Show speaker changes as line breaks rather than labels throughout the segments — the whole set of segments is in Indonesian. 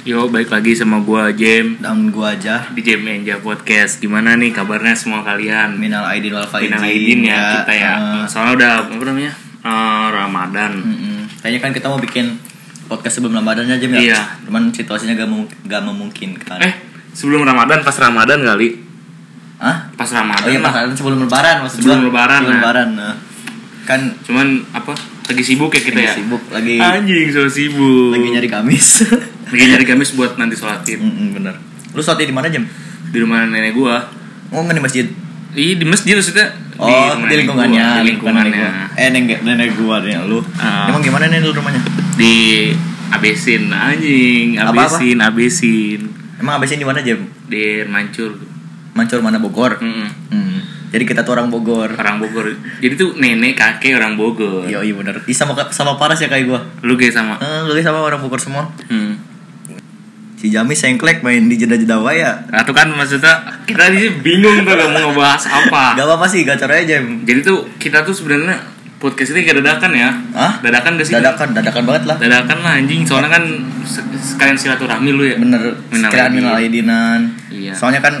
Yo, baik lagi sama gua Jem
Dan gua aja
di Jem Enja Podcast. Gimana nih kabarnya semua kalian?
Minal Aidin wal Faizin.
Minal aidin ya kita ya.
eh,
Soalnya udah apa namanya? Eh, Ramadan.
mm-mm. Kayaknya kan kita mau bikin podcast sebelum Ramadan aja Mil.
Iya.
Cuman situasinya gak, memu- gak memungkinkan.
Eh, sebelum Ramadan pas Ramadan kali.
Hah?
Pas Ramadan.
Oh iya
lah.
Ramadan sebelum Lebaran maksud
Sebelum
gua.
Lebaran,
Sebelum
nah.
Lebaran. nah. Kan
Cuman apa? Lagi sibuk ya kita
lagi
ya.
sibuk lagi
Anjing so sibuk.
lagi nyari Kamis.
Lagi nyari gamis buat nanti sholat Id.
Mm-mm, bener. Lu sholat di mana jam?
di rumah nenek gua.
Oh nggak di masjid.
Iya di masjid maksudnya.
Oh
rumah
di,
nenek gua,
lingkungannya.
Di lingkungannya.
Bukan nenek gua. Eh nenek nenek gua nih lu.
Ah.
Emang gimana nih lu rumahnya?
Di abesin anjing,
Apa-apa?
abesin, abesin.
Emang abisnya di mana jam?
Di Mancur.
Mancur mana Bogor?
Mm-mm.
Hmm. Jadi kita tuh orang Bogor.
Orang Bogor. Jadi tuh nenek kakek orang Bogor.
Iya iya bener. Ih, sama sama Paras ya kayak gua.
Lu kayak sama.
Eh, lu guys sama orang Bogor semua.
Hmm.
Si Jami sengklek main di jeda-jeda wae ya.
Nah, tuh kan maksudnya kita di sini bingung tuh gak mau ngebahas apa.
Gak apa-apa sih gacor aja Jam.
Jadi tuh kita tuh sebenarnya podcast ini kayak dadakan ya.
Hah?
Dadakan gak sih?
Dadakan, dadakan banget lah.
Dadakan lah anjing. Soalnya kan se- sekalian silaturahmi lu ya.
Bener,
Minal
sekiranya
aidin.
minal aidinan.
Iya.
Soalnya kan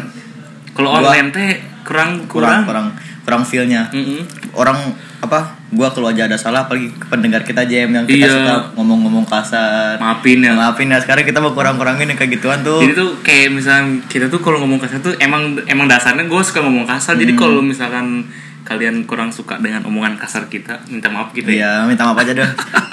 Kalau
Gua-
online teh kurang kurang.
kurang kurang kurang feelnya.
Mm-mm.
Orang apa? Gua kalau aja ada salah apalagi ke pendengar kita Jam yang kita
Iya.
suka ngomong-ngomong kasar.
Maafin ya.
Maafin ya sekarang kita mau kurang-kurangin yang kayak gituan tuh.
Jadi tuh kayak misalnya kita tuh kalau ngomong kasar tuh emang emang dasarnya gue suka ngomong kasar. Jadi
Hmm.
kalau misalkan kalian kurang suka dengan omongan kasar kita, minta maaf gitu ya.
Iya, minta maaf aja deh.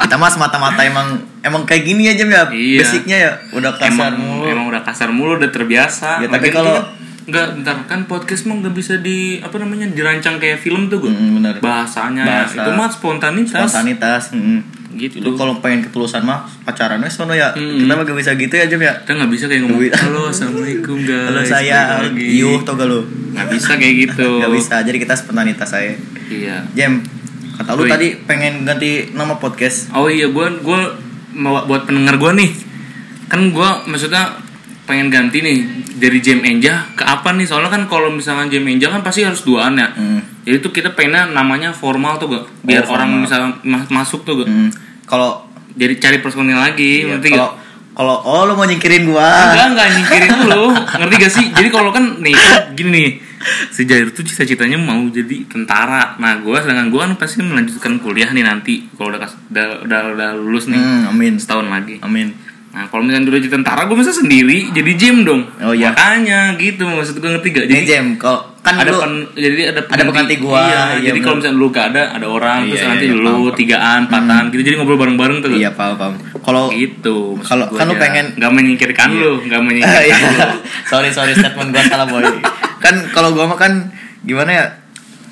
Kita mah semata-mata emang emang kayak gini aja ya.
Iya.
Basicnya ya udah kasar
Emang
mulu.
emang udah kasar mulu, udah terbiasa.
Ya, tapi
Makanya
kalau-
kita- Nggak, bentar kan podcast mah nggak bisa di apa namanya dirancang kayak film tuh gue.
Mm, bener.
Bahasanya
Bahasa.
itu mah spontanitas.
Spontanitas. mm.
Gitu.
Lu kalau pengen ketulusan mah pacarannya sono ya.
Mm.
Kita mah gak bisa gitu ya Jam ya.
kita nggak bisa kayak ngomong
Duit.
halo assalamualaikum guys.
Halo saya
balik lagi."
Yuh tau gak lu?
Nggak bisa kayak gitu.
Gak bisa. Jadi kita spontanitas aja.
Iya.
Jam, kata
Oi.
lu tadi pengen ganti nama podcast.
Oh iya, gue gua mau buat pendengar gue nih, kan gue maksudnya pengen ganti nih dari jam enja ke apa nih? Soalnya kan kalau misalkan jam enja kan pasti harus duaan ya.
Mm.
Jadi tuh kita pengennya namanya formal tuh gak, biar
Oh,
orang
formal.
misalnya ma- masuk tuh gak.
Mm. Kalau
Jadi cari personil lagi, ngerti gak?
Iya, kalau kalau oh lu mau nyingkirin gua.
gitu. Enggak, enggak nyingkirin dulu, ngerti gak sih? Jadi kalau kan nih, gini nih, si Jair tuh cita-citanya mau jadi tentara. Nah gue, sedangkan gue kan pasti melanjutkan kuliah nih nanti kalau udah, kas- udah, udah, udah lulus nih
Mm, amin.
setahun lagi.
Amin.
Nah kalau misalnya dulu jadi tentara gue bisa sendiri jadi gym dong.
Oh, iya.
Makanya gitu maksud gue ngerti gak? Jadi
Nih Jam, kalau kan
ada
lu
pen- jadi ada
ada pengganti gua,
Iya,
iya,
jadi
bener.
kalau misalnya lu gak ada ada orang
Iya,
terus
iya,
nanti
iya,
lu
paham, paham.
tigaan, empatan gitu jadi ngobrol bareng-bareng tuh.
Iya paham paham. Kalau
Gitu. maksud
Kalau-
gua
kan lu
ya.
pengen-
nggak menyingkirkan lu, nggak
Ah, iya.
menyingkirkan lu.
sorry sorry statement gua salah boy. kan kalau gua mah kan gimana ya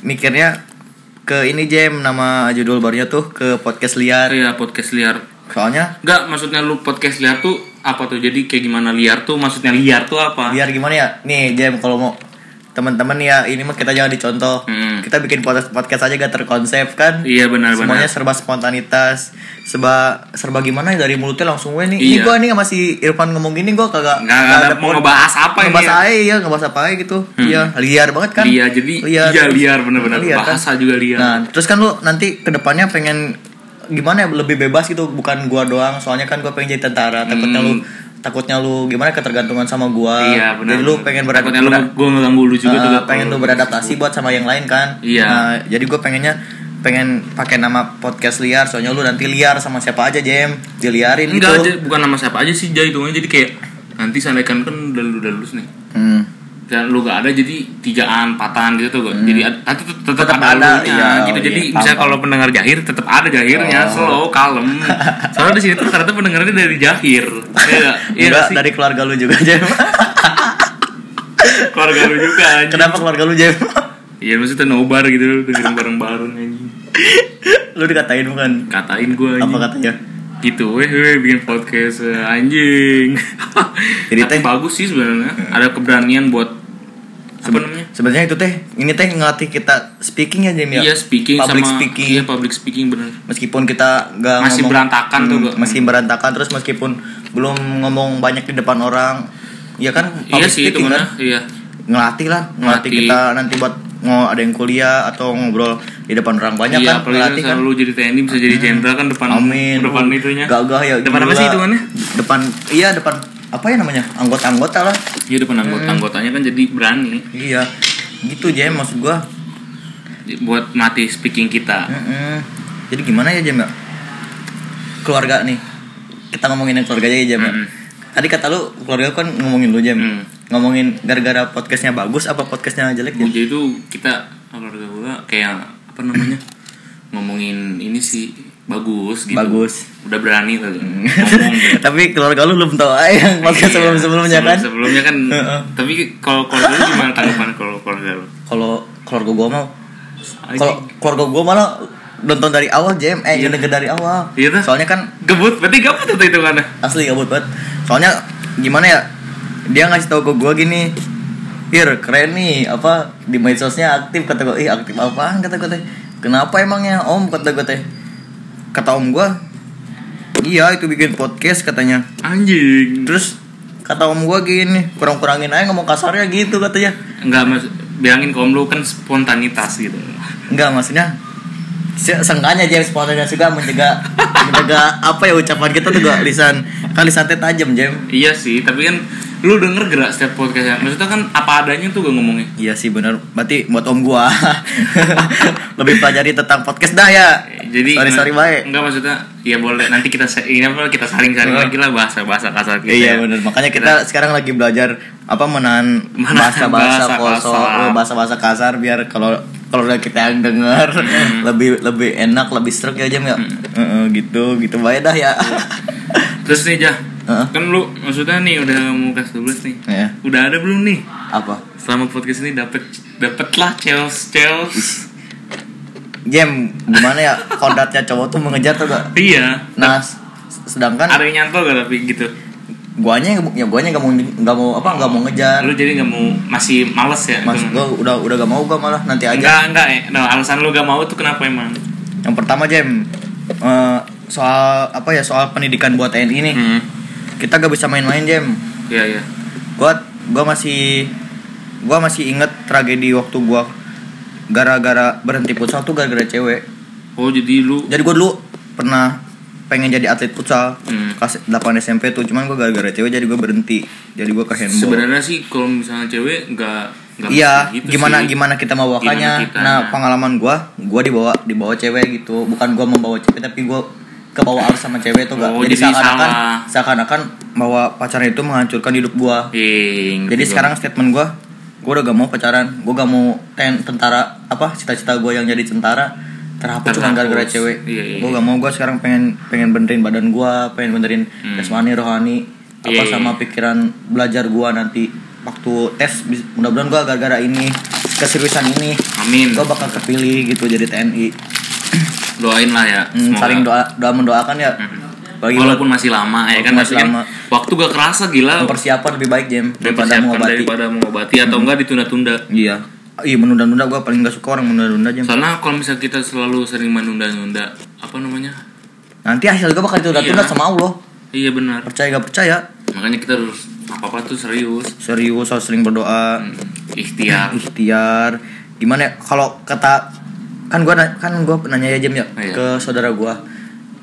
mikirnya ke ini Jam nama judul barunya tuh ke podcast liar.
Iya podcast liar.
Soalnya
Enggak, maksudnya lu podcast liar tuh apa tuh? Jadi kayak gimana liar tuh? Maksudnya liar tuh apa?
biar gimana ya nih Jam kalau mau teman-teman ya ini mah kita jangan dicontoh.
Hmm.
Kita bikin podcast podcast aja gak terkonsep kan.
Iya benar-benar.
Semuanya serba spontanitas, serba serba gimana ya dari mulutnya langsung gue nih. Ini
Iya.
gua nih masih Irfan ngomong gini gua kagak
Nggak nggak ada mau ngebahas apa ini.
ngebahas
ya?
aja ya ngebahas apa aja gitu iya liar banget kan
Iya, jadi
liar,
iya liar bener-bener
Liar, kan?
bahasa juga liar.
nah terus kan lu nanti kedepannya pengen gimana ya lebih bebas gitu bukan gua doang soalnya kan gua pengen jadi tentara takutnya lu takutnya lu gimana ketergantungan sama gua
Hmm. Iya benar.
jadi Eh, lu pengen berada
Takutnya lu gue ngeganggu lu juga tuh.
Eh,
kalau-
pengen lu beradaptasi buat sama yang lain kan
Iya.
Nah, jadi gue pengennya pengen pakai nama podcast liar soalnya lu nanti liar sama siapa aja Jem diliarin
Enggak aja,
gitu
bukan nama siapa aja sih Jai itu jadi kayak nanti seandainya kan udah lu udah lulus nih.
Hmm.
Dan lu gak ada jadi tigaan, patan gitu tuh. gua. Jadi ad- nanti tet- tetap
Tetap
ada,
Hmm. ada,
lunya
iya,
gitu.
oh,
Jadi
iya,
bisa
paham, Oh.
kalau pendengar jahir tetap ada jahirnya, slow, kalem. Soalnya di sini tuh ternyata pendengarnya dari jahir. Iya nggak? Iya nggak
Enggak,
sih.
dari keluarga lu juga Jem
Keluarga lu juga anjing.
kenapa keluarga lu Jem
Iya maksudnya nobar gitu lu dengerin bareng-bareng anjing.
lu dikatain bukan
Katain gua anjing.
apa katanya
gitu weh weh bikin podcast eh, anjing
Jadi
tapi
teh-
bagus sih sebenarnya ada keberanian buat apa namanya
sebenarnya itu teh ini teh ngelatih kita speaking ya Jem ya
iya speaking
public
sama
speaking
iya public speaking bener
meskipun kita nggak
Masih
ngomong-
berantakan tuh,
Hmm,
gua.
masih berantakan terus meskipun belum ngomong banyak di depan orang ya kan
iya
public
sih itu
speaking kan?
mana iya
ngelatih lah ngelatih
Ngelatih.
kita nanti buat ngo ada yang kuliah atau ngobrol di depan orang banyak
iya
kan
apalagi
ngelatih
kan
kan
lu jadi TNI bisa jadi jenderal kan depan
amin
depan itunya
gagah ya
depan apa
gila.
sih hitungannya
depan iya depan apa ya namanya anggota-anggota lah
ya depan anggota
Hmm.
anggotanya kan jadi berani
iya gitu Jem maksud gua
buat mati speaking kita
Mm-mm. jadi gimana ya Jem ya keluarga nih kita ngomongin yang keluarga aja ya Jem ya.
Mm-mm.
tadi kata lu keluarga kan ngomongin lu Jem
Mm.
ngomongin gara-gara podcastnya bagus apa podcastnya jelek Jem?
jadi itu kita keluarga gua kayak apa namanya ngomongin ini sih bagus gitu
bagus
udah berani tuh ngomong gitu.
tapi keluarga lu belum tahu ah, yang Hmm.
Iya,
podcast sebelum-sebelumnya kan
sebelum-sebelumnya kan
Heeh.
tapi kalau keluarga lu gimana tanggapan kalau keluarga lu
kalau keluarga gua mau kalau keluarga gua malah nonton dari awal Jem eh
Iya.
denger dari awal
Iya, dah.
soalnya kan
gebut berarti gebut itu itu mana
asli gabut banget soalnya gimana ya dia ngasih tahu ke gue gini Fir keren nih apa di medsosnya aktif kata gue ih aktif apaan kata gue teh kenapa emangnya om kata gue teh kata om gue iya itu bikin podcast katanya
anjing
terus kata om gue gini kurang-kurangin aja ngomong kasarnya gitu katanya
nggak mas bilangin ke om lu kan spontanitas gitu
enggak maksudnya se- seenggaknya James spontannya juga menjaga menjaga apa ya ucapan kita tuh gak lisan kan lisan teh tajam James
iya sih tapi kan lu denger gerak setiap podcastnya maksudnya kan apa adanya tuh gue ngomongnya
Iya sih benar. Berarti buat om gua lebih pelajari tentang podcast dah ya.
jadi
sorry sorry baik.
enggak maksudnya ya boleh nanti kita sa- ini apa kita saring-saring lagi lah bahasa bahasa kasar kita ya.
Iya benar. Makanya kita sekarang lagi belajar apa menahan
Menahan
bahasa-bahasa
bahasa
kosong,
kasar.
eh, bahasa-bahasa kasar biar kalau kalau udah kita yang denger lebih lebih enak, lebih seru ya jam ya. Heeh, gitu, gitu baik dah ya.
terus nih jah
Heeh.
kan lu maksudnya nih udah mau kelas 12 nih
Ya,
udah ada belum nih
apa?
selama podcast ini dapat dapatlah chels chels
Jam gimana ya kodratnya cowok tuh mengejar tuh gak?
iya
Nah, s- sedangkan
ada yang nyantol gak tapi gitu
guanya ya guanya gak mau nggak mau apa nggak mau ngejar
lu jadi nggak mau masih males ya
Kan. Mas
dengan-
gue udah udah gak mau gue malah nanti aja.
enggak enggak eh. no, alasan lu gak mau tuh kenapa emang
Yang pertama Jem eh, soal apa ya soal pendidikan buat TNI nih.
hmm.
Kita gak bisa main-main Jem.
iya iya
Gue gua masih gua masih inget tragedi waktu gua gara-gara berhenti futsal tuh gara-gara cewek.
oh jadi lu
Jadi gue dulu pernah pengen jadi atlet futsal
Hmm.
kelas 8 SMP tuh cuman gue gara-gara cewek jadi gue berhenti jadi gue ke handball
sebenarnya sih kalau misalnya cewek nggak nggak
Iya,
mesti gitu
gimana
sih.
gimana kita
Gimana
membawakannya.
kita,
nah,
nah.
pengalaman gua, gua dibawa dibawa cewek gitu. Bukan gua membawa cewek tapi gua kebawa arus sama cewek tuh gak.
Oh,
jadi
jadi
seakan-akan
salah.
seakan-akan bahwa pacaran itu menghancurkan hidup gua.
Ih, Iya, ngerti
Jadi
gua.
sekarang statement gua, gua udah gak mau pacaran. Gua gak mau ten, tentara apa cita-cita gua yang jadi tentara terhapus cuma
Terhapus.
gara-gara cewek.
Iya, iya,
Gua gak mau gua sekarang pengen pengen benerin badan gua, pengen benerin jasmani, rohani,
Hmm. Iya,
apa
iya.
sama pikiran belajar gua nanti waktu tes bis- mudah-mudahan gua gara-gara ini keseriusan ini
amin
gua bakal kepilih gitu jadi TNI.
doain lah ya
Hmm,
semoga
saling doa doa mendoakan ya.
Hmm.
Bagi
walaupun masih lama ya kan
Walaupun
masih
masih
lama.
lama.
waktu gak kerasa gila
persiapan lebih baik Jem daripada
Mempersiapkan
mengobati. Hmm.
daripada mengobati atau enggak ditunda-tunda
Iya. Iya menunda-nunda gua paling gak suka orang menunda-nunda Jem.
soalnya kalau misalnya kita selalu sering menunda-nunda apa namanya
Nanti hasil juga bakal ditunda-tunda
Iya.
sama Allah.
iya benar
Percaya gak percaya?
makanya kita harus apa apa tuh serius Hmm,
Serius harus sering berdoa,
ikhtiar
ikhtiar. Gimana ya? Kalau kata kan gua na- kan gua nanya ya Jem ya
Iya.
ke saudara gua.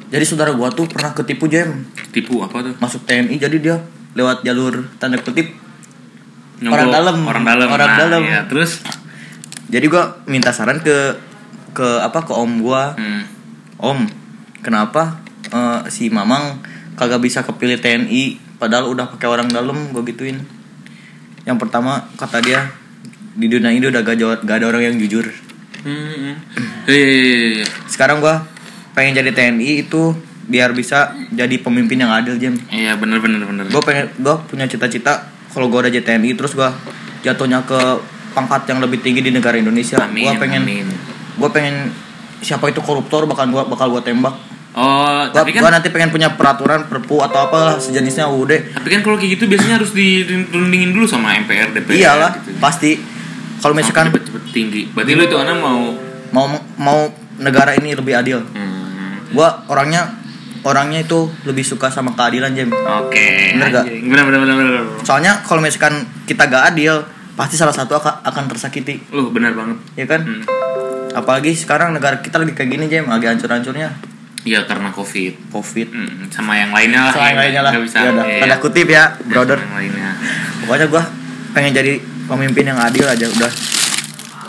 Jadi saudara gua tuh pernah ketipu Jem
tipu apa tuh
masuk TNI jadi dia lewat jalur tanda kutip.
Nyogok.
Orang dalam.
orang dalam
Orang
Nah,
dalam.
iya. terus
Jadi gua minta saran ke ke apa ke om gua.
hmm,
Om, kenapa eh, si Mamang kagak bisa kepilih TNI padahal udah pakai orang dalam gue gituin. Yang pertama kata dia di dunia ini udah gak, jawa- gak ada orang yang jujur.
Hmm, hmm. Iya, iya, iya, iya.
Sekarang gua pengen jadi TNI itu biar bisa jadi pemimpin yang adil Jam.
Iya, bener bener bener.
Gue pengen gue punya cita-cita kalau gue udah jadi TNI terus gua jatuhnya ke pangkat yang lebih tinggi di negara Indonesia.
Amin,
Gue pengen
amin.
gue pengen siapa itu koruptor bahkan gua bakal gue tembak.
Oh,
gua,
tapi kan
gua nanti pengen punya peraturan perpu atau apalah sejenisnya UUD
tapi kan kalau kayak gitu biasanya harus dirundingin dulu sama MPR DPR.
iyalah
gitu.
pasti kalau misalkan
cepet cepet tinggi. Berarti lu itu anak mau
mau mau negara ini lebih adil
Hmm,
gua orangnya orangnya itu lebih suka sama keadilan Jem
Oke.
Bener gak?
anjing. Bener bener bener bener.
soalnya kalau misalkan kita gak adil pasti salah satu aka- akan tersakiti
Lu bener banget.
ya kan
Hmm.
apalagi sekarang negara kita lagi kayak gini Jem lagi hancur-hancurnya
Iya karena covid
covid
Mm, sama yang lainnya lah
soal yang
ya,
lainnya lah
nggak bisa
ya udah
Iya,
tanda kutip ya
sama
brother
yang lainnya
pokoknya gua pengen jadi pemimpin yang adil aja udah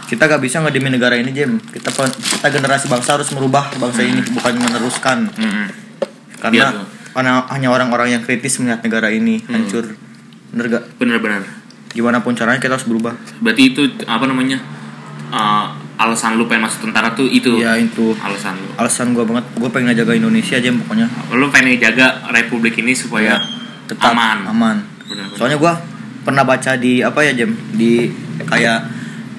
kita gak bisa ngedimin negara ini Jem kita pe- kita generasi bangsa harus merubah bangsa ini bukan meneruskan
Mm-mm. Hmm. Iya, Hmm.
karena
tuh.
karena hanya orang-orang yang kritis melihat negara ini hancur bener gak
bener-bener
gimana pun caranya kita harus berubah
berarti itu apa namanya eh, alasan lu pengen masuk tentara tuh itu
ya itu
alasan lu
alasan gua banget gua pengen jaga Indonesia Jem pokoknya
lu pengen jaga republik ini supaya
Iya. tetap
aman.
aman
bener-bener.
soalnya gua pernah baca di apa ya jam di kayak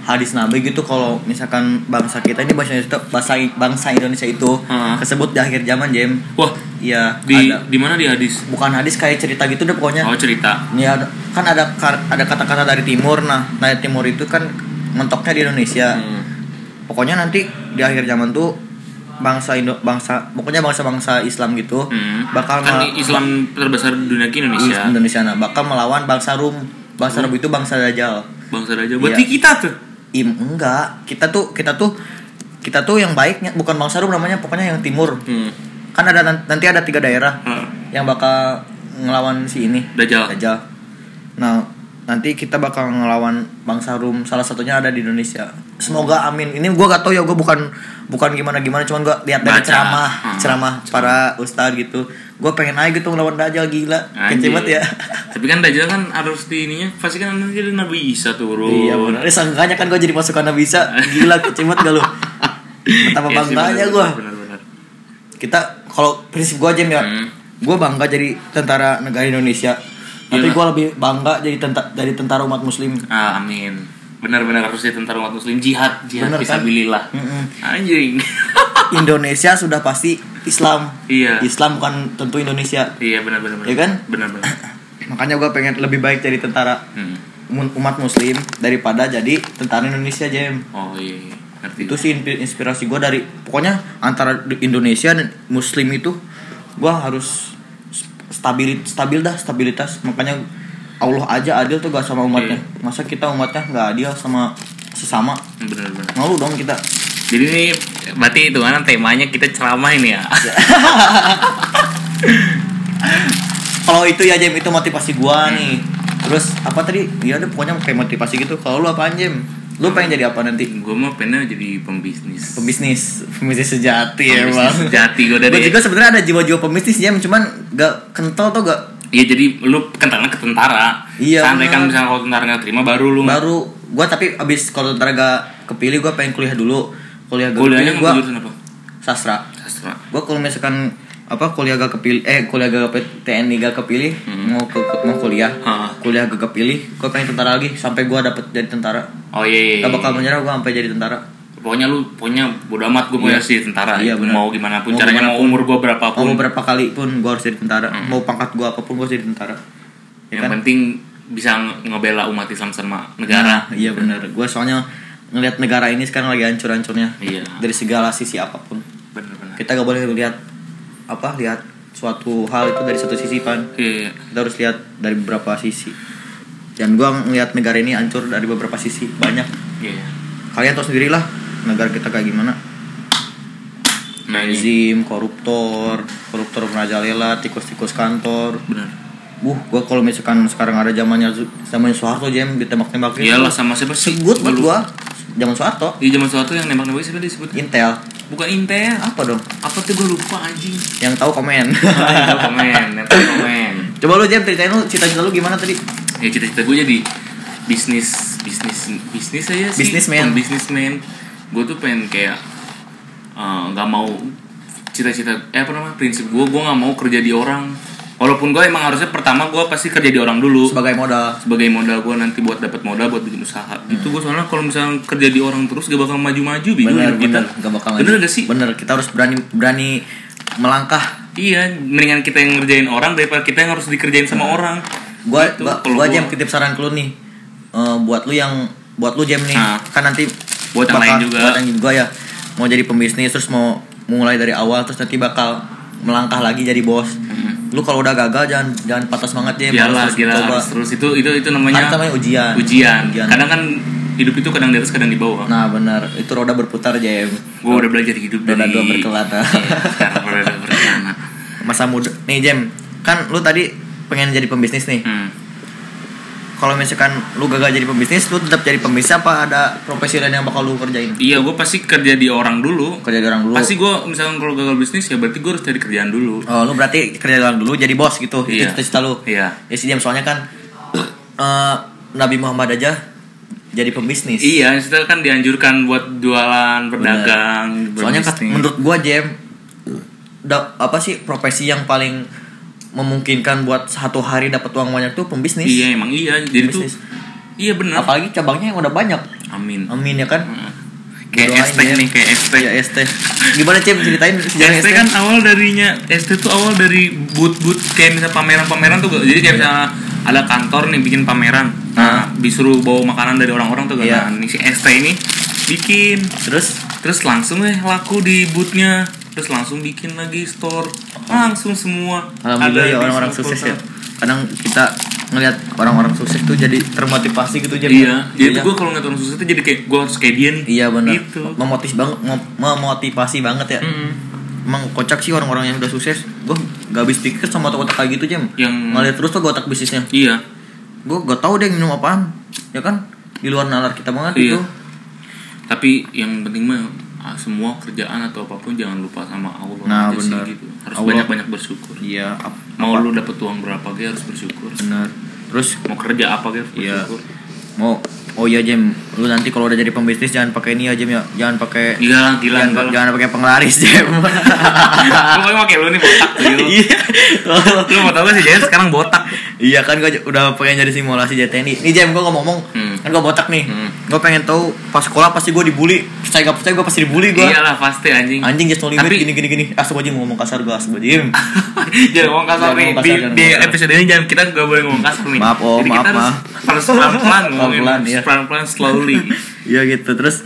hadis nabi gitu kalau misalkan bangsa kita ini bahasa Indonesia bahasa bangsa Indonesia itu
Heeh.
tersebut di akhir zaman jam
wah
iya
di
ada
di mana di hadis
bukan hadis kayak cerita gitu deh pokoknya
oh cerita
Ini ada- kan ada kar- ada kata-kata dari timur nah dari timur itu kan mentoknya di Indonesia
Hmm.
pokoknya nanti di akhir zaman tuh bangsa Indo bangsa pokoknya bangsa-bangsa Islam gitu
Hmm.
bakal
kan
mel-
Islam terbesar di dunia ini Indonesia Hmm.
Is- Indonesia nah bakal melawan bangsa Rum bangsa Rum itu bangsa Dajjal
bangsa
Iya.
raja berarti kita tuh
Im enggak kita tuh kita tuh kita tuh yang baiknya bukan bangsa Rum namanya pokoknya yang timur
hmm.
kan ada nan- nanti ada tiga daerah
Heeh.
yang bakal ngelawan si ini
Dajjal
Dajjal nah nanti kita bakal ngelawan bangsa Rum salah satunya ada di Indonesia semoga amin ini gua gak tau ya gua bukan bukan gimana gimana cuman gua lihat dari
Baca.
ceramah
Hmm.
ceramah para ustadz gitu gua pengen aja gitu ngelawan Dajjal gila kece
Anjir.
banget ya
tapi kan Dajjal kan harus di ininya pasti kan nanti ada Nabi Isa turun
Iya benar. Eh, sangkanya kan gue jadi pasukan Nabi Isa. Gila kecimat gak lu? Betapa
Iya sih,
bangganya
benar,
gue.
benar, benar.
Kita kalau prinsip gue aja ya.
Hmm.
Gue bangga jadi tentara negara Indonesia. Tapi
Iya.
gue lebih bangga jadi tentara dari tentara umat muslim.
Ah, amin benar-benar harus di tentara umat muslim jihad jihad
Benar,
bisa
kan?
bililah
Mm-mm.
anjing
Indonesia sudah pasti Islam.
iya
Islam bukan tentu Indonesia.
iya benar-benar
Iya kan?
benar-benar
Makanya gue pengen lebih baik jadi tentara
Hmm.
mun- umat muslim daripada jadi tentara Indonesia Jem.
oh iya iya. ngerti
itu sih inspi- inspirasi gue dari pokoknya antara di Indonesia dan Muslim itu gue harus stabil stabil dah stabilitas makanya Allah aja adil tuh gak sama umatnya
Iya.
masa kita umatnya nggak adil sama sesama
benar-benar
malu dong kita
Jadi ini berarti itu kan temanya kita ceramah ini ya.
kalau itu ya Jem itu motivasi gue
Hmm.
nih terus apa tadi ya udah pokoknya kayak motivasi gitu kalau lu apaan Jem lu pengen jadi apa nanti
gue mau pengen jadi pembisnis.
pembisnis pembisnis sejati ya
Pembisnis
bang
sejati gue
gue
dari.
juga sebenarnya ada jiwa-jiwa pembisnis Jem cuman gak kental tuh gak
Iya jadi lu kentara ke tentara.
Iya,
Sampai kan
benar.
misalnya kalau tentara nggak terima baru lu.
baru gua tapi abis kalau tentara gak kepilih gua pengen kuliah dulu kuliah gak
Kuliahnya
kepilih
mau
gua
jurusan apa?
sastra
Sastra.
gua kalau misalkan apa kuliah gak kepilih eh kuliah gak kepilih TNI gak kepilih mau ke mau kuliah
Hmm. Ha.
kuliah gak kepilih gua pengen tentara lagi sampai gua dapet jadi tentara
Oh iya. iya,
gak
iya.
bakal menyerah gua sampai jadi tentara
Pokoknya lu pokoknya bodo amat gue mau
Iya.
sih tentara.
Iya, benar.
mau gimana pun
Mau
caranya
gimana
mau umur gue berapapun.
mau berapa kali pun gua harus jadi tentara
Hmm.
mau pangkat gua apapun gua harus jadi tentara
Yang
kan?
penting bisa nge- ngebela umat Islam sama negara.
iya bener gua soalnya ngelihat negara ini sekarang lagi hancur-hancurnya
Iya.
dari segala sisi apapun
Benar-benar.
kita gak boleh lihat apa lihat suatu hal itu dari satu sisi kan
Iya. iya.
kita harus lihat dari beberapa sisi dan gua ngelihat negara ini hancur dari beberapa sisi banyak
Iya.
kalian tahu sendirilah negara kita kayak gimana
Nah,
Iya
ini
rezim koruptor koruptor merajalela tikus-tikus kantor
benar.
uh gua kalau misalkan sekarang ada zamannya zamannya Soeharto jam ditembak-tembakin
Iyalah sama siapa sih?
sebut buat
Lu-
gua Iya. zaman Soeharto
Di zaman suatu yang nembak-nembak siapa disebut?
Intel
Bukan Intel.
apa dong
Apa tuh gue lupa anjing.
yang tahu komen
Nempel komen, nempel komen.
coba lu jam ceritain lu cita-cita lu gimana tadi
Ya cita-cita gue jadi bisnis bisnis bisnis aja sih.
Businessman.
Bisnismen. Gue tuh pengen kayak eh, nggak mau cita-cita eh apa namanya prinsip gue gue nggak mau kerja di orang walaupun gue emang harusnya pertama gue pasti kerja di orang dulu
sebagai modal
sebagai modal gue nanti buat dapat modal buat bikin usaha gitu gue soalnya kalau misalnya kerja di orang terus gak bakal maju-maju bingung
bener
hidup kita
bener gak bakal maju.
bener gak sih
bener kita harus berani berani melangkah
Iya, mendingan kita yang ngerjain orang daripada kita yang harus dikerjain sama orang.
gua
Gitu,
gua,
kalau
gua
gua-
jam titip saran ke lu nih Eh, buat lu yang buat lu jam nih
Ah.
kan nanti
Buat yang lain juga.
buat yang gua ya mau jadi pembisnis terus mau mulai dari awal terus nanti bakal melangkah lagi jadi bos lu kalau udah gagal jangan jangan patah semangat
Hmm.
jam
Iyalah,
Harus terus
gila
coba.
harus terus itu itu itu
Kan
namanya
namanya ujian
ujian.
Ujian.
Kadang kan hidup itu kadang di atas kadang di bawah
Nah benar, itu roda berputar Jem
gue udah belajar hidup
Roda
dari
dua berkelana.
Iya, sekarang roda dua berkelana
Masa muda Nih Jem, kan lu tadi pengen jadi pembisnis nih
hmm.
Kalau misalkan lu gagal jadi pembisnis, lu tetap jadi pembisnis apa ada profesi lain yang bakal lu kerjain?
iya gue pasti kerja di orang dulu
Kerja di orang dulu
pasti gue misalkan kalau gagal bisnis ya berarti gue harus cari kerjaan dulu
Oh, lu berarti kerja di orang dulu jadi bos gitu, itu
Iya.
cita-cita lu
iya
Ya sih Jem, soalnya kan eh, Nabi Muhammad aja jadi pembisnis
Iya, itu kan dianjurkan buat jualan, berdagang,
Soalnya kat-
berbisnis.
menurut gua Jem
Iya.
da- apa sih profesi yang paling memungkinkan buat satu hari dapat uang banyak tuh pembisnis.
Iya emang iya, jadi tuh
Bisnis.
iya benar.
Apalagi cabangnya yang udah banyak.
Amin. Hmm.
Amin ya kan? Doain
Kayak ST
ya.
nih, kayak ST.
Ya ST. Gimana Cem ceritain sejarah
ST Iya. kan awal darinya ST tuh awal dari boot-boot kayak misalnya pameran-pameran tuh jadi kayak misalnya ada kantor nih bikin pameran nah disuruh bawa makanan dari orang-orang tuh
Iya.
kan nah, ini si ST ini bikin
Terus
terus langsung deh laku di bootnya terus langsung bikin lagi store langsung semua
alhamdulillah
Ada
ya
di
orang-orang
semua
sukses
kota.
ya. Kadang kita ngelihat orang-orang sukses tuh jadi termotivasi gitu Jem.
iya jadi
Iya.
tuh gue kalau ngeliat orang sukses tuh jadi kayak gue harus kayak dia nih
Iya benar.
gitu
Memotivasi banget, mem- memotivasi banget ya.
Mm-mm.
Emang kocak sih orang-orang yang udah sukses. Gue gak habis pikir sama otak-otak kayak gitu, Jem.
Yang-
ngeliat terus tuh otak bisnisnya.
iya
Gue gak tau deh minum apaan. Ya kan? Di luar nalar kita banget
Iya.
gitu. itu.
tapi yang penting mah ah, semua kerjaan atau apapun jangan lupa sama Allah
Nah,
aja sih
benar.
gitu. harus
Allah.
banyak banyak bersyukur
Iya, ap-
mau lu dapet uang berapa ge harus bersyukur
bener. Terus
mau kerja apa ge harus
Iya.
bersyukur
mau Oh iya Jem, lu nanti kalau udah jadi pembisnis jangan pakai ini ya Jem ya, jangan pakai
iya lah, gila
jangan,
enggak lah
jangan pakai penglaris Jem.
lu pokoknya pakai lu nih botak gitu
Iya.
lu mau tau gak sih jadi sekarang botak
Iya kan gue udah pengen jadi simulasi JTNI Nih Jem gue ngomong-ngomong
Hmm.
Kan gue botak nih
Hmm.
Gue pengen tahu Pas sekolah pasti gue dibully Percaya gak percaya gue pasti dibully gue
iyalah Iya pasti anjing
Anjing just no limit
Tapi- Ah,
gini gini gini Asal aja ngomong kasar gue asal aja
jangan ngomong kasar
Jangan
nih di,
ngomong kasar, jangan
di
ngomong kasar.
episode ini jangan kita gak boleh ngomong kasar nih
Maaf, Om,
Jadi
maaf,
kita harus
maaf.
harus pelan-pelan ngomongin
Pelan-pelan, iya.
pelan-pelan slowly
Iya gitu terus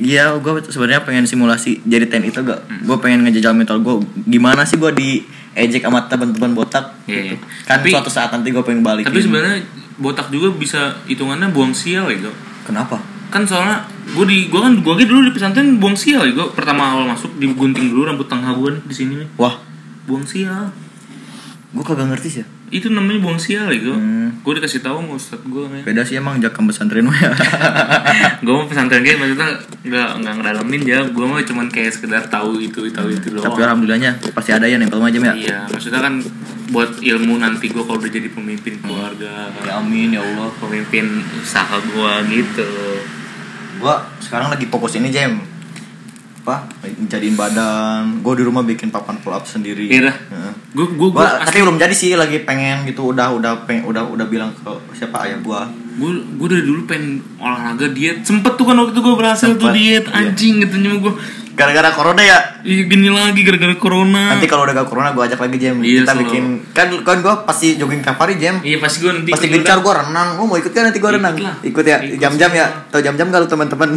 Iya gue sebenarnya pengen simulasi jadi TNI itu gak
Hmm.
Gue pengen ngejajal mental gue Gimana sih gue diejek sama teman-teman botak
Iya, iya.
gitu. Kan
Tapi-
suatu saat nanti gue pengen balik
tapi sebenarnya botak juga bisa hitungannya buang sial gitu
Kenapa?
kan soalnya gue di gue kan gue dulu di pesantren buang sial gue pertama awal masuk digunting dulu rambut tengah gue di sini nih
Wah
buang sial
gue kagak ngerti sih ya.
itu namanya buang sial gitu
Hmm.
gue dikasih tahu sama ustad gue
Beda sih emang jakam pesantren mah ya
gue mau pesantren kayak maksudnya nggak nggak ngedalamin ya gue mah cuman kayak sekedar tahu itu tahu itu doang
Tapi alhamdulillahnya pasti ada ya nempel macam ya
Iya, maksudnya kan buat ilmu nanti gue kalau udah jadi pemimpin keluarga,
amin ya Allah
pemimpin usaha gue gitu.
Gue sekarang lagi fokus ini Jam Apa? Jadiin badan Gue di rumah bikin papan pull up sendiri
Iya dah.
Heeh.
Gue gue gue
gua tapi belum jadi sih lagi pengen gitu udah udah peng, udah udah bilang ke siapa ayah gua
gue gue dari dulu pengen olahraga diet sempet tuh kan waktu itu gue berhasil tuh
Sempet,
diet
iya.
anjing gitu cuma gue
gara-gara corona ya
iya gini lagi gara-gara corona
nanti kalau udah gak corona gua ajak lagi jam
Hmm. Iya,
kita
selalu.
bikin kan kan gua pasti jogging tiap hari jam
iya pasti gue nanti
pasti
ikut
gencar gua renang oh mau ikut kan nanti gua
Ikut
renang
lah.
ikut ya
Ikut
jam-jam ya tau jam-jam kalau teman-teman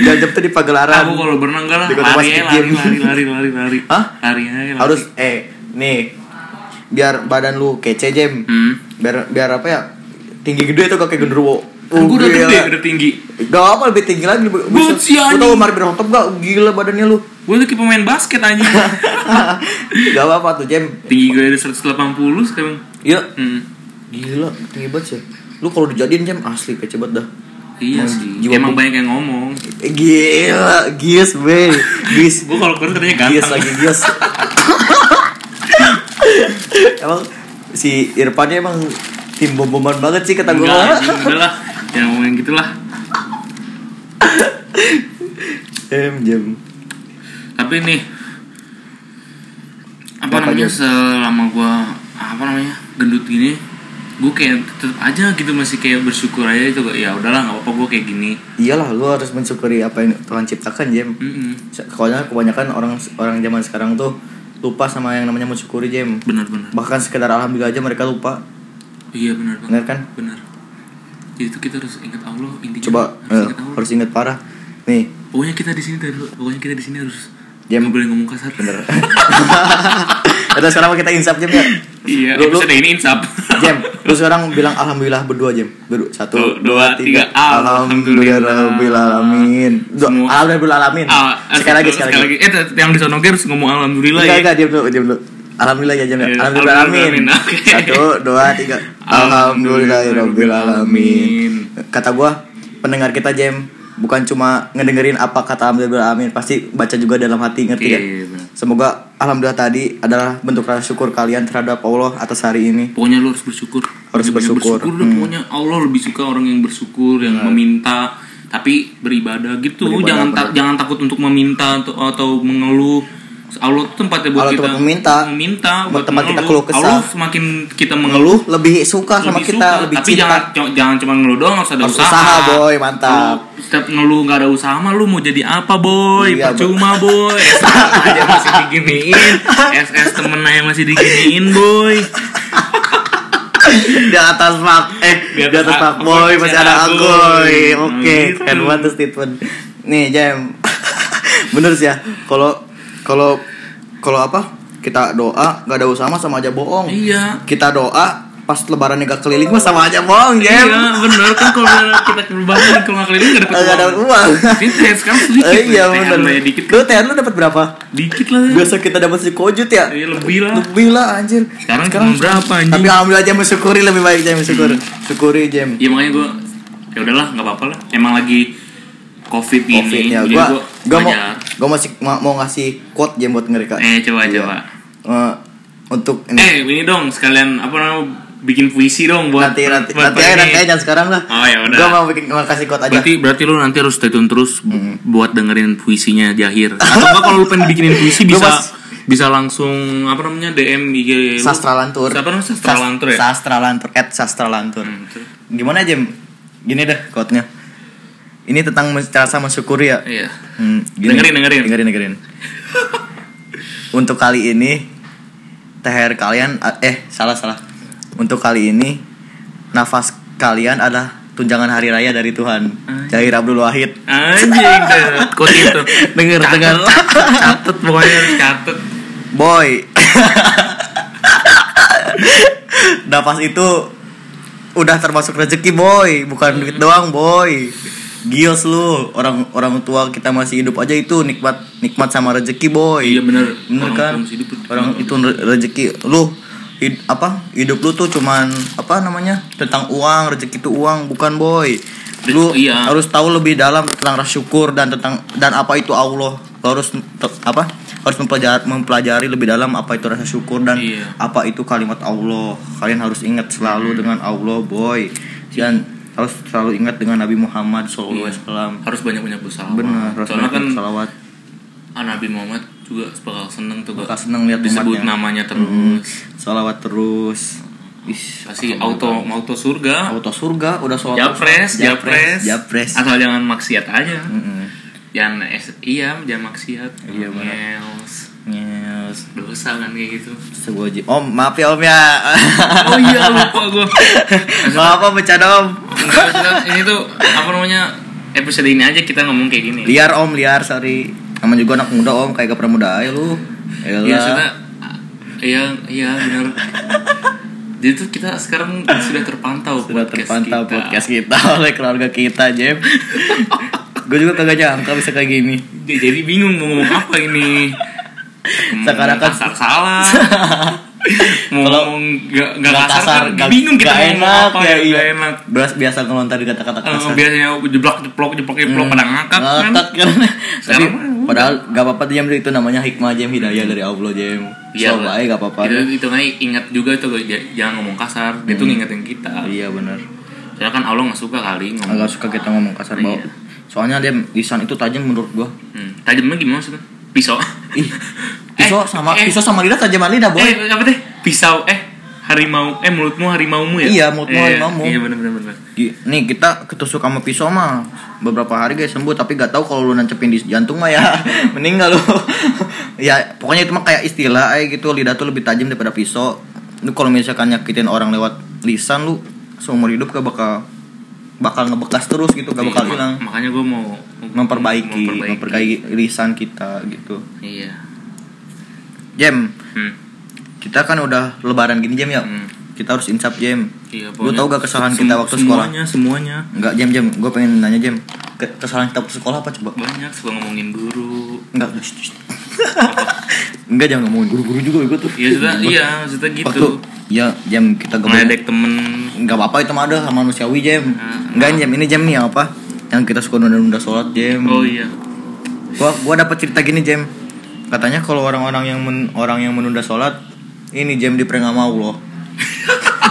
jam-jam tuh di
udah. aku
pagelaran
kalau berenang gak lah
Di kota
lari
basket
aja lari,
game.
lari lari lari lari
Hah?
lari aja lari.
harus eh nih biar badan lu kece jam
hmm.
biar biar apa ya tinggi gede tuh kayak genderuwo
Kan gua udah
Gila.
gede udah tinggi
Gak apa lebih tinggi lagi
Buset, si
Lu
anjing.
tau Umar bin Khattab gak? Gila badannya lu
gue tuh kayak pemain basket anjing
Gak apa-apa tuh Jem
tinggi gue ada 180 sekarang
Iya
hmm.
Gila tinggi banget sih Lu kalau dijadiin Jem asli kece banget dah
Iya
Emang
sih.
jiwa
Emang
gua-
banyak yang ngomong.
Gila Gies be Gies
Gue kalau kurus ternyata
Gies
ganteng.
lagi gies Emang si Irfannya emang tim bom-boman banget sih kata gue
Enggak, anjing, udah lah. Jangan ngomongin gitu gitulah.
Jem Jem
Tapi nih apa
Apa
namanya
aja?
selama gua apa namanya gendut gini gue kayak tetep aja gitu masih kayak bersyukur aja itu kayak, ya udahlah nggak apa-apa gue kayak gini
Iyalah lu harus mensyukuri apa yang Tuhan ciptakan Jem
Mm-mm.
Soalnya kebanyakan orang orang zaman sekarang tuh lupa sama yang namanya mensyukuri Jem
benar-benar
bahkan sekedar alhamdulillah aja mereka lupa
iya benar banget
bener kan
benar jadi itu kita harus ingat Allah intinya
coba
harus
eh,
ingat Allah
harus inget parah nih
pokoknya kita di sini harus- pokoknya kita di sini harus
Jam-
jangan boleh ngomong kasar
bener terus sekarang kita insap jam ya
iya
Lu- lu-
episode ini insap
Jam, terus orang bilang alhamdulillah berdua Jam. Berdua
Dua-
satu,
dua, tiga. Ah,
Alhamdulillah
Alhamdulillah.
alamin. Dua,
Semua.
Alhamdulillah alamin.
Ah,
Sekali lagi sekali lagi.
Eh, t- yang di sono Gers ngomong alhamdulillah
Enggak
ya.
enggak diam dulu, diam dulu. Alhamdulillah ya Jam.
Iya,
Alhamdulillah alamin.
alhamdulillah, alamin. Oke.
Satu, dua, tiga.
Alhamdulillah,
Alhamdulillah
rabbil alamin.
alamin. Kata gua pendengar kita Jam bukan cuma ngedengerin apa kata alhamdulillah alamin, pasti baca juga dalam hati ngerti
Iya,
kan?
iya, benar.
Semoga alhamdulillah tadi adalah bentuk rasa syukur kalian terhadap Allah atas hari ini.
Pokoknya lu harus bersyukur.
Harus
Banyak
bersyukur. Hmm.
dah. Pokoknya Allah lebih suka orang yang bersyukur, yang meminta tapi beribadah gitu.
Beribadah,
jangan ta- jangan takut untuk meminta atau, atau mengeluh. Allah tuh tempatnya buat
Allah
kita
tempat meminta.
meminta buat
Tempat kita
mengeluh.
keluh kesah.
Allah semakin kita mengeluh
Ngeluh lebih suka sama
lebih
kita,
suka.
lebih
tapi
cinta.
jangan co- jangan cuma ngeluh doang harus ada
Harus
usaha.
usaha, boy. Mantap.
Lu setiap ngeluh nggak ada usaha mah lu mau jadi apa boy
Iya,
percuma boy SS aja masih diginiin SS temen aja masih diginiin boy
di atas pak eh di atas, pak boy masih ada agoy
Hmm,
oke
gitu.
keren banget tuh statement nih jam bener sih ya kalau kalau kalau apa kita doa nggak ada usaha mah sama aja bohong
iya
kita doa pas lebaran nggak keliling mah sama aja bohong jam
Iya bener kan kalau kita keluar ke rumah keliling nggak
nggak
dapet
ada
uang
uang
Ini kayak sekarang sedikit
Eh, iya
lah,
bener ya,
THR-nya Iya. dikit
lu THR lu dapat berapa
dikit lah
biasa kita dapat si kojut ya
Iya, lebih lah
lebih lah anjir
sekarang sekarang berapa
tapi
anjing Hmm.
alhamdulillah jam mensyukuri lebih baik jam mensyukuri syukuri jam
ya makanya gue ya udahlah nggak apa-apa lah emang lagi covid
Covid
ini
ya.
jadi
Gua
gue
gua mau gua masih ma- mau ngasih quote jam buat mereka.
eh coba coba
Eh, untuk ini
Eh, ini dong sekalian apa namanya bikin puisi dong buat
nanti nanti
buat
nanti
ini.
aja, nanti aja jangan sekarang lah.
Oh, ya udah.
Gua mau bikin mau kasih quote aja.
Berarti berarti lu nanti harus stay tune terus bu- buat dengerin puisinya Jahir. Atau enggak kalau lu pengen bikinin puisi
Gua
bisa
pas-
bisa langsung apa namanya DM IG lu.
Sastra Lantur.
Siapa namanya Sastra
Sas-
Lantur ya?
Sastra Lantur at Sastra Lantur.
Hmm, tuh.
Gimana jam? Gini deh quote-nya. Ini tentang men- rasa mensyukuri ya.
Iya.
Hmm,
Dengerin, dengerin.
dengerin dengerin. Untuk kali ini THR kalian eh salah salah. Untuk kali ini nafas kalian adalah tunjangan hari raya dari Tuhan. Jahir Abdul Wahid.
Anjing deh. Kok gitu.
Denger,
Catet,
denger.
Catet, catet, pokoknya harus catet.
Boy. nafas itu udah termasuk rezeki boy, bukan duit
Hmm.
doang boy. Gios lu, orang orang tua kita masih hidup aja itu nikmat nikmat sama rezeki boy.
Iya bener.
bener
Orang
kan
tua masih hidup itu.
orang itu re- rezeki lu hid- apa hidup lu tuh cuman apa namanya tentang uang rezeki itu uang bukan boy lu
Rezeki, iya.
harus tahu lebih dalam tentang rasa syukur dan tentang dan apa itu Allah lu harus te- apa harus mempelajari mempelajari lebih dalam apa itu rasa syukur dan
Iya.
apa itu kalimat Allah kalian harus ingat selalu dengan Allah boy dan harus selalu ingat dengan Nabi Muhammad SAW
Harus banyak-banyak bersalawat.
benar harus
Soalnya kan
banyak salawat
ah, Nabi Muhammad juga bakal seneng tuh gua.
Bakal seneng ya. Mm-hmm. lihat
disebut
umatnya.
namanya terus.
salawat terus Ih,
Pasti auto
kan?
Ya, auto surga.
auto surga udah sholat
Japres, japres,
japres
Asal jangan maksiat aja.
Mm-mm.
Jangan es, iya, jangan maksiat.
Iya, benar.
Ngels.
yes
Dosa kan kayak gitu.
Sebuah ji- om maaf ya om ya
Oh iya lupa gue.
maaf om bercanda om
ini tuh apa namanya episode ini aja kita ngomong kayak gini. Iya,
liar om liar sorry Namanya juga anak muda om kayak gak pernah muda aja lu
Iya sudah.
Yalah.
Iya iya benar. Jadi tuh kita sekarang sudah terpantau
sudah
podcast
terpantau
kita.
podcast kita oleh keluarga kita Jem gue juga kagak nyangka bisa kayak gini
Dia jadi bingung mau ngomong apa ini. Mau
Sekarang kan-
ngomong kasar salah. mau
Kalau
ngomong gak, gak
Nggak
kasar, kan
nggak-
bingung kita
nggak
mau ngomong
enak
apa
ya, iya.
nggak enak.
Bias- biasa ngelontar di kata-kata
Eh,
kasar Hmm.
biasanya jeblok jeblok jeblok jeblok pada ngakak kan.
Ngakak kan. Tapi
Sekarang mah udah.
padahal gak apa-apa tuh, Jam itu namanya hikmah Jam hidayah dari Allah Jam.
Iya,
Iya,
lah.
baik gak apa-apa.
Itu itu kan ingat juga tuh j- jangan ngomong kasar. Dia
Hmm.
tuh ngingetin kita.
Iya benar.
Soalnya kan Allah nggak suka kali ngomong.
Agak suka kita ngomong kasar bau.
Iya.
Soalnya dia lisan itu tajam menurut gua.
Hmm. Tajamnya gimana maksudnya? Pisau.
Ih.
Eh,
Pisau sama
eh.
pisau sama lidah tajam lidah, Boy.
Eh apa deh? Pisau eh harimau eh mulutmu harimaumu ya?
Iya, mulutmu
Iya,
harimaumu.
Iya benar benar benar.
Gi- Nih kita ketusuk sama pisau mah beberapa hari guys sembuh tapi gak tahu kalau lu nancepin di jantung mah ya meninggal lu. ya pokoknya itu mah kayak istilah eh gitu lidah tuh lebih tajam daripada pisau. Lu kalau misalkan nyakitin orang lewat lisan lu seumur hidup gak bakal bakal ngebekas terus gitu gak
Iya,
bakal
mak-
hilang.
Makanya gue mau
Memperbaiki,
memperbaiki.
memperbaiki lisan kita gitu.
Iya.
Jam,
Hmm.
Hmm. kita kan udah lebaran gini jam ya.
Hmm.
kita harus insap jam
Iya, pokoknya
Lu tau gak kesalahan
sem-
kita waktu sekolah?
Semuanya, semuanya
Enggak jam jam gue pengen nanya jam Ke- kesalahan kita waktu sekolah apa coba
banyak suka ngomongin guru.
Enggak Enggak jangan ngomongin guru-guru juga gue tuh
Iya, sudah, iya, maksudnya
Waktu
gitu.
Ya jam kita gabung
Ngeledek temen.
nggak apa-apa itu mah ada sama manusiawi jam
Ah,
nggak jam ini jam nih apa yang kita suka nunda-nunda sholat jam
Oh iya.
gua gua dapat cerita gini jam katanya kalau orang-orang yang men- orang yang menunda sholat ini jam diprank sama Allah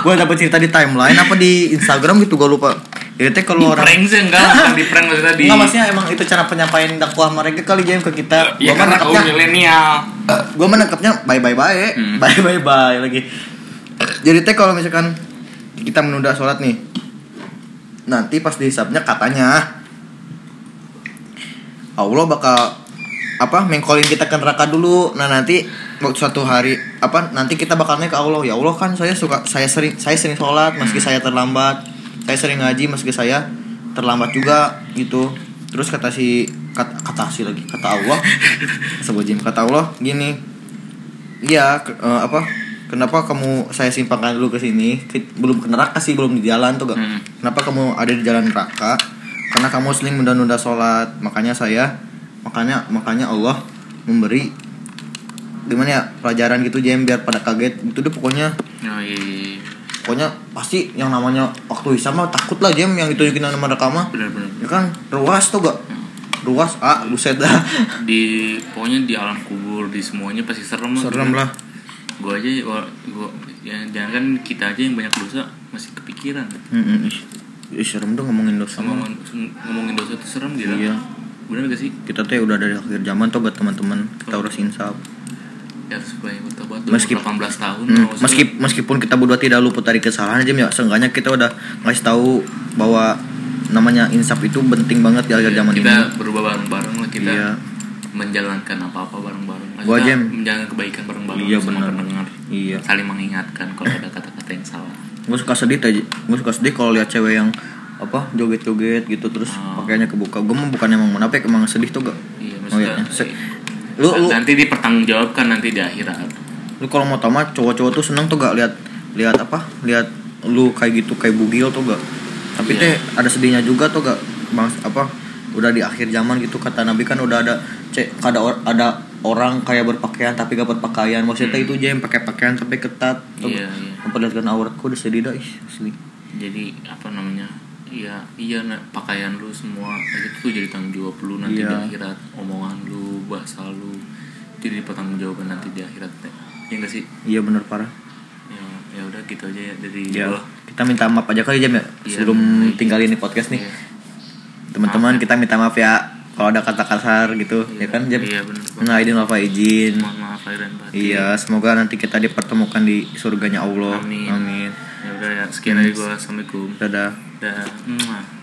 gua dapat cerita di timeline apa di Instagram gitu gua lupa ya teh kalau orang
Prank sih enggak, bukan di prank maksudnya di
Nggak, maksudnya emang itu cara penyampaian dakwah mereka kali jam ke kita
Ya
gua
karena kaum
menangkapnya
milenial.
gua menangkapnya bye bye bye
Hmm.
bye bye bye lagi jadi teh kalau misalkan kita menunda sholat nih nanti pas dihisapnya katanya Allah bakal apa mengkolin kita ke neraka dulu nah nanti waktu suatu hari apa nanti kita bakalnya ke Allah ya Allah kan saya suka saya sering saya sering sholat meski saya terlambat saya sering ngaji meski saya terlambat juga gitu terus kata si kata, kata si lagi kata Allah sebut jim kata Allah gini iya ke- eh, apa kenapa kamu saya simpangkan dulu ke sini Ke- belum ke neraka sih belum di jalan tuh gak
Hmm.
kenapa kamu ada di jalan neraka karena kamu sering menunda-nunda sholat makanya saya makanya makanya Allah memberi gimana ya pelajaran gitu jam biar pada kaget itu deh pokoknya
Oh iya.
pokoknya pasti yang namanya waktu hisap mah takut lah jam yang ditunjukin sama rekama
Benar-benar.
ya kan ruas tuh gak ruas ah buset dah
Di pokoknya di alam kubur, di semuanya pasti serem lah.
serem lah
Gua aja wa- gua ya jangan kan kita aja yang banyak dosa masih kepikiran.
Mm-mm, ih. Ih, serem tuh ngomongin dosa
Sama
mah
ngomong- ngomongin dosa tuh serem gitu.
Iya.
Benar gak sih?
kita tuh ya udah dari akhir zaman tuh buat teman-teman kita harus insaf
Ya harus banyak bertobat dulu
Meskip-
18 tahun.
Hmm,
maksudnya-
meski meskipun kita berdua tidak luput dari kesalahan aja ya seenggaknya kita udah ngasih tahu bahwa namanya insaf itu penting banget di akhir zaman
Iya, kita
ini
berubah bareng-bareng lah kita
Iya.
menjalankan apa-apa bareng-bareng Maksudnya
Gua aja-
menjalankan kebaikan bareng-bareng
Iya,
sama
benar.
pendengar
iya
saling mengingatkan kalau ada kata-kata yang salah
gue suka sedih tadi gue suka sedih kalau lihat cewek yang apa joget-joget gitu terus
Ah.
pakaiannya kebuka gue mah bukan emang munafik emang sedih tuh gak
iya
oh iya
maksudnya
Se- lu lu
nanti dipertanggungjawabkan nanti di akhirat
lu kalau mau tamat cowok-cowok tuh seneng tuh gak lihat lihat apa lihat lu kayak gitu kayak bugil tuh gak tapi teh
Iya.
ada sedihnya juga tuh gak bang apa udah di akhir zaman gitu kata nabi kan udah ada cek ada or- ada orang kayak berpakaian tapi gak berpakaian maksudnya itu aja yang pakai pakaian tapi ketat tuh
Hmm. iya iya
memperlihatkan auratku udah sedih dah ih asli
jadi apa namanya iya iya na- pakaian lu semua itu tuh jadi tanggung jawab lu nanti
Iya.
di akhirat omongan lu bahasa lu jadi pertanggungjawaban nanti di akhirat teh ya nggak sih
iya bener parah
ya ya udah gitu aja ya dari
ya
gua.
kita minta maaf aja kali jam ya
Iya,
sebelum
baik.
tinggalin nih podcast nih ya
Iya.
teman-teman kita minta maaf ya kalau ada kata kasar gitu ya kan jam
iya benar
nah izin apa izin
mohon maaf lahir dan batin
Iya, semoga nanti kita dipertemukan di surganya Allah.
Amin.
Amin.
ya udah ya sekian dari gue assalamualaikum
Dadah.
dah